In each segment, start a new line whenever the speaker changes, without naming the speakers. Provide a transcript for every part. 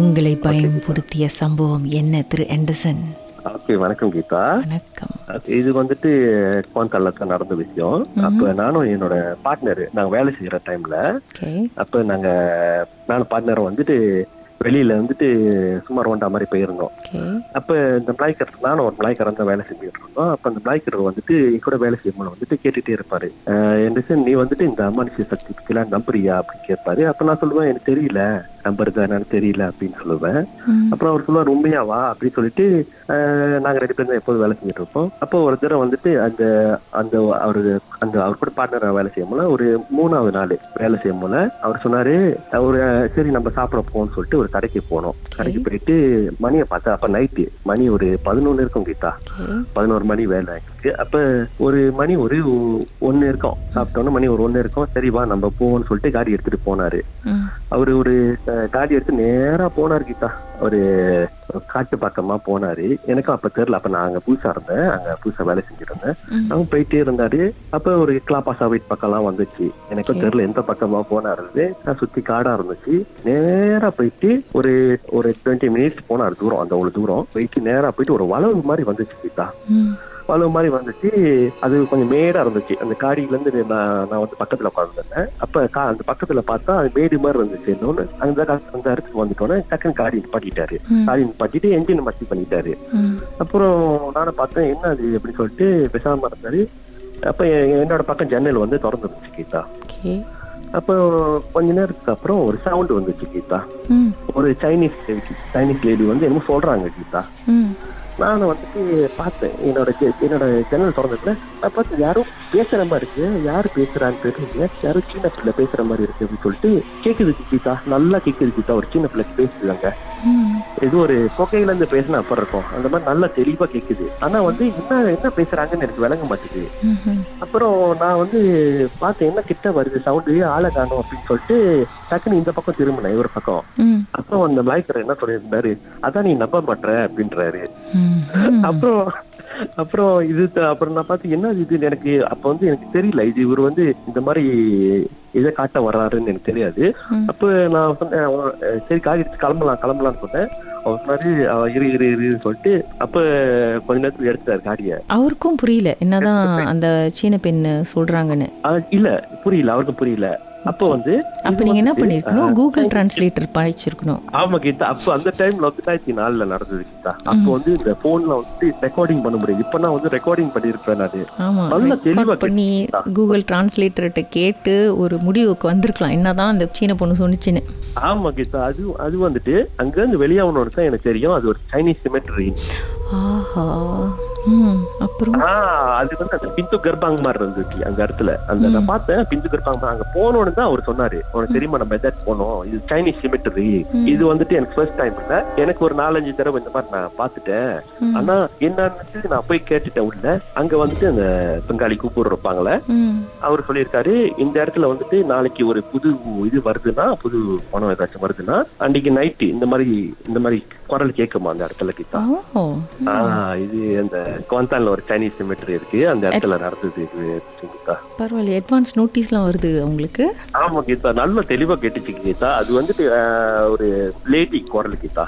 உங்களை பயன்படுத்திய சம்பவம் என்ன திரு ஆண்டர்சன்
ஓகே வணக்கம் கீதா
வணக்கம்
இது வந்துட்டு கோன்கால்ல நடந்த விஷயம் அப்ப நானும் என்னோட பார்ட்னர் நாங்க வேலை செய்யற டைம்ல
ஓகே
அப்ப நாங்க நானும் பார்ட்னரும் வந்துட்டு வெளியில வந்துட்டு சும்மா ரோண்டா மாதிரி போயிருந்தோம்
ஓகே
அப்ப இந்த பிளாய்க்கர் நானும் ஒரு பிளாய்க்கர் தான் வேலை செஞ்சுட்டு இருந்தோம் அப்ப அந்த பிளாய்க்கர் வந்துட்டு என் கூட வேலை செய்யும்போது வந்துட்டு கேட்டுட்டே இருப்பாரு என் நீ வந்துட்டு இந்த அமானுஷ சக்தி எல்லாம் நம்புறியா அப்படின்னு கேட்பாரு அப்ப நான் சொல்லுவேன் எனக்கு தெரியல நம்புறதா என்னன்னு தெரியல அப்படின்னு சொல்லுவேன்
ம்,
அப்புறம் அவர் சொல்லுவார் உண்மையாவா அப்படின்னு சொல்லிட்டு அஹ், நாங்க ரெண்டு பேரும் தான் எப்போதும் வேலை செஞ்சுட்டு இருப்போம் அப்போ ஒரு தடவை வந்துட்டு அந்த அந்த அவரு அந்த அவர் கூட பார்ட்னரா வேலை செய்யும் போல ஒரு மூணாவது நாள் வேலை செய்யும் போல அவர் சொன்னாரு ஒரு சரி நம்ம சாப்பிட போகணும்னு சொல்லிட்டு ஒரு கடைக்கு போனோம் கடைக்கு போயிட்டு மணியை பார்த்தா அப்ப நைட்டு மணி ஒரு பதினொன்னு இருக்கும் கீதா
ஓகே
பதினோரு மணி வேலை இருக்கு அப்ப ஒரு மணி ஒரு ஒன்னு இருக்கும் சாப்பிட்டோன்னு மணி ஒரு ஒன்னு இருக்கும் சரி வா நம்ம போவோம்னு சொல்லிட்டு காடி எடுத்துட்டு போனாரு
ம்,
அவரு ஒரு அஹ், காடி எடுத்து நேரா போனார் கீதா ஒரு காட்டு பக்கமா போனாரு எனக்கும் அப்ப தெரியல அப்ப நான் அங்க புதுசா இருந்தேன் அங்க புதுசா வேலை செஞ்சுட்டு இருந்தேன்
ம்,
அவங்க போயிட்டே இருந்தாரு அப்ப ஒரு கிளாபாசா வீட் பக்கம் எல்லாம் வந்துச்சு எனக்கும்
Okay.
தெரியல எந்த பக்கமா போனாரு நான் சுத்தி காடா இருந்துச்சு நேரா போயிட்டு ஒரு ஒரு டுவெண்ட்டி மினிட்ஸ் போனார் தூரம் அந்த ஒரு தூரம் போயிட்டு நேரா போயிட்டு ஒரு வளவு மாதிரி வந்துச்சு கீதா
ம்,
வளவு மாதிரி வந்துச்சு அது கொஞ்சம் மேடா இருந்துச்சு அந்த காடியில இருந்து நான் நான் வந்து பக்கத்துல உட்காந்துருந்தேன் அப்ப கா அந்த பக்கத்துல பார்த்தா அது மேடு மாதிரி இருந்துச்சு இன்னொன்னு அந்த கா- அந்த இடத்துக்கு வந்துட்டோன்னே டக்குன்னு காடி நிப்பாட்டிட்டாரு
ம்,
காடி நிப்பாட்டிட்டு என்ஜின் மஸ்தி பண்ணிட்டாரு
ம்,
அப்புறம் நானும் பார்த்தேன் என்ன அது அப்படின்னு சொல்லிட்டு பேசாம இருந்தாரு அப்ப எ- என்னோட பக்கம் ஜன்னல் வந்து திறந்துருந்துச்சு கீதா
ஓகே
அப்போ கொஞ்ச நேரத்துக்கு அப்புறம் ஒரு சவுண்ட் வந்துச்சு கீதா
ம்,
ஒரு சைனீஸ் சைனீஸ் லேடி வந்து என்னமோ சொல்றாங்க கீதா
ம்,
நான் வந்துட்டு பார்த்தேன் என்னோட ஜெ- என்னோட ஜன்னல் திறந்துட்டு நான் பார்த்து யாரும் பேசுற மாதிரி இருக்கு யாரு பேசுறான்னு தெரியல யாரும் சின்ன பிள்ளை பேசுற மாதிரி இருக்கு அப்படின்னு சொல்லிட்டு கேக்குது கீதா நல்லா கேக்குது கீதா ஒரு சின்ன பிள்ளை பேசுறாங்க
ம்,
இது ஒரு கொக்கையில இருந்து பேசின அப்புறம் இருக்கும் அந்த மாதிரி நல்லா தெளிவா கேக்குது ஆனா வந்து என்ன என்ன பேசுறாங்கன்னு எனக்கு விளங்க மாட்டேங்குது
ம், ம்.
அப்புறம் நான் வந்து பார்த்தேன் என்ன கிட்ட வருது சவுண்டு ஆளை காணும் அப்படின்னு சொல்லிட்டு டக்குன்னு இந்த பக்கம் திரும்பினேன் இவர் பக்கம்
ம்,
அப்புறம் அந்த மயக்கர் என்ன சொல்லியிருந்தாரு அதான் நீ நம்ப மாட்ற அப்படின்றாரு
ம், ம்.
அப்புறம் அப்புறம் இது த- அப்புறம் நான் பார்த்து என்ன இது எனக்கு அப்ப வந்து எனக்கு தெரியல இது இவர் வந்து இந்த மாதிரி இதை காட்ட வர்றாருன்னு எனக்கு தெரியாது
ம்.
அப்ப நான் சொன்னேன் அவன், அஹ், சரி காய் எடுத்து கிளம்பலாம் கிளம்பலாம்னு சொன்னேன் அவர் சொன்னாரு அவன் இரு இரு இருன்னு சொல்லிட்டு அப்ப கொஞ்ச நேரத்துல எடுத்தாரு காடிய
அவருக்கும் புரியல என்னதான் அந்த சீன பெண் சொல்றாங்கன்னு
ஆஹ், இல்ல புரியல அவருக்கு புரியல அப்ப வந்து
அப்ப
இது
நீங்க என்ன
வந்துட்டு,
பண்ணிருக்கணும்
ஆஹ்,
கூகுள் டிரான்ஸ்லேட்டர் படிச்சிருக்கணும்
ஆமா கீதா அப்ப அந்த டைம்ல வந்து ரெண்டாயிரத்தி நாலுல நடந்தது கீதா அப்போ வந்து இந்த போன்ல வந்து ரெக்கார்டிங் பண்ண முடியாது இப்ப நான் வந்து ரெக்கார்டிங் பண்ணிருப்பேன் நான்
ஆமா
நல்லா தெளிவா
record பண்ணி கூகுள் டிரான்ஸ்லேட்டர்கிட்ட கேட்டு ஒரு முடிவுக்கு வந்திருக்கலாம் என்னதான் அந்த சீன பொண்ணு சொன்னுச்சுன்னு
ஆமா கீதா அது அது வந்துட்டு அங்க இருந்து வெளியாகணும்னு தான் எனக்கு தெரியும் அது ஒரு சைனீஸ் சிமெட்ரி
ஆஹா ம் அப்புறம்
ஆஹ் அது வந்து அந்த பிந்து கர்ப்பாங் மாதிரி இருந்துச்சு அந்த இடத்துல அந்த நான் பார்த்தேன் பிந்து கர்ப்பாங் அங்க போனோன்னு தான் அவர் சொன்னாரு உனக்கு தெரியுமா நம்ம எதாவது போனோம் இது சைனீஸ் சிமெட்ரி
ம்.
இது வந்துட்டு எனக்கு ஃபர்ஸ்ட் டைம் இல்ல எனக்கு ஒரு நாலஞ்சு தடவை இந்த மாதிரி நான் பார்த்துட்டேன்
ம்.
ஆனா என்னன்னு நான் போய் கேட்டுட்டேன் உள்ள அங்க வந்துட்டு அந்த பெங்காலி கூப்பிடுற இருப்பாங்களே
ம்,
அவர் சொல்லியிருக்காரு இந்த இடத்துல வந்துட்டு நாளைக்கு ஒரு புது இது வருதுன்னா புது பணம் ஏதாச்சும் வருதுன்னா அன்னைக்கு நைட்டு இந்த மாதிரி இந்த மாதிரி குரல் கேட்குமா அந்த இடத்துல கிட்டா
ஓ
ஆஹ் இது அந்த குவாந்தான்ல ஒரு சைனீஸ் சிமெட்ரி இருக்கு அந்த இடத்துல நடந்தது இது கீதா
பரவாயில்ல அட்வான்ஸ் நோட்டீஸ்லாம் வருது அவங்களுக்கு
ஆமா கீதா நல்ல தெளிவா கேட்டுச்சு கீதா அது வந்துட்டு ஆஹ், ஒரு லேடி குரல் கீதா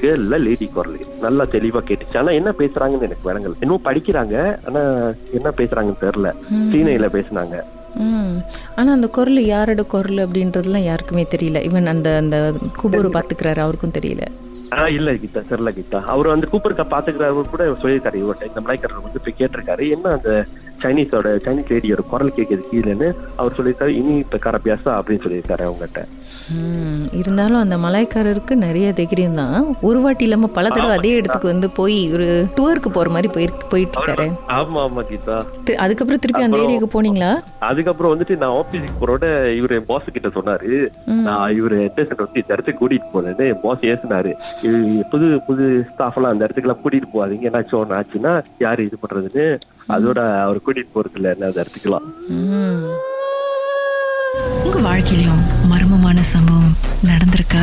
கேர்ள்ல லேடி குரல் நல்லா தெளிவா கேட்டுச்சு ஆனா என்ன பேசுறாங்கன்னு எனக்கு விளங்கல இன்னும் படிக்கிறாங்க ஆனா என்ன பேசுறாங்கன்னு தெரியல
ம்.
சீனையில பேசுனாங்க
ம் ஆனா அந்த குரல் யாரோட குரல் அப்படின்றதுலாம் யாருக்குமே தெரியல ஈவன் அந்த அந்த குபூர் பாத்துக்கிறாரு அவருக்கும் தெரியல
ஆ இல்ல கீதா தெரியல கீதா அவர் வந்து கூப்பருக்கா பாத்துக்கிறவர் கூட சொல்லியிருக்காரு இவர்கிட்ட இந்த மலைக்காரர் வந்து போய் கேட்டிருக்காரு என்ன அந்த சைனீஸோட சைனீஸ் லேடியோட குரல் கேட்குது கீழேன்னு அவர் சொல்லியிருக்காரு இனி இப்ப கரபியாசா அப்படின்னு சொல்லியிருக்காரு அவங்ககிட்ட
ம், இருந்தாலும் அந்த மலாய்க்காரருக்கு நிறைய தைரியம் தான் ஒரு வாட்டி இல்லாம பல தடவை அதே இடத்துக்கு வந்து போய் ஒரு டூருக்கு போற மாதிரி போய் போயிட்டு இருக்காரு
ஆமா ஆமா கீதா
தி- அதுக்கப்புறம் திருப்பி அந்த
அப்புறம்
ஏரியாக்கு போனீங்களா
அதுக்கப்புறம் வந்துட்டு நான் ஆபீஸ்க்கு போறோட இவரு பாஸ் கிட்ட சொன்னாரு
ம்,
நான் இவரு ஹெட்செட் வந்து இந்த இடத்துக்கு கூட்டிட்டு போனேன்னு பாஸ் ஏசினாரு இது புது புது ஸ்டாஃப் எல்லாம் அந்த இடத்துக்கு எல்லாம் கூட்டிட்டு போகாதீங்க என்னாச்சும் ஒண்ணு ஆச்சுன்னா யாரு இது பண்றதுன்னு அதோட அவர் கூட்டிட்டு போறது இல்ல அந்த இடத்துக்குலாம்
ம்.
உங்க வாழ்க்கையிலும் மர்மமான சம்பவம் நடந்திருக்கா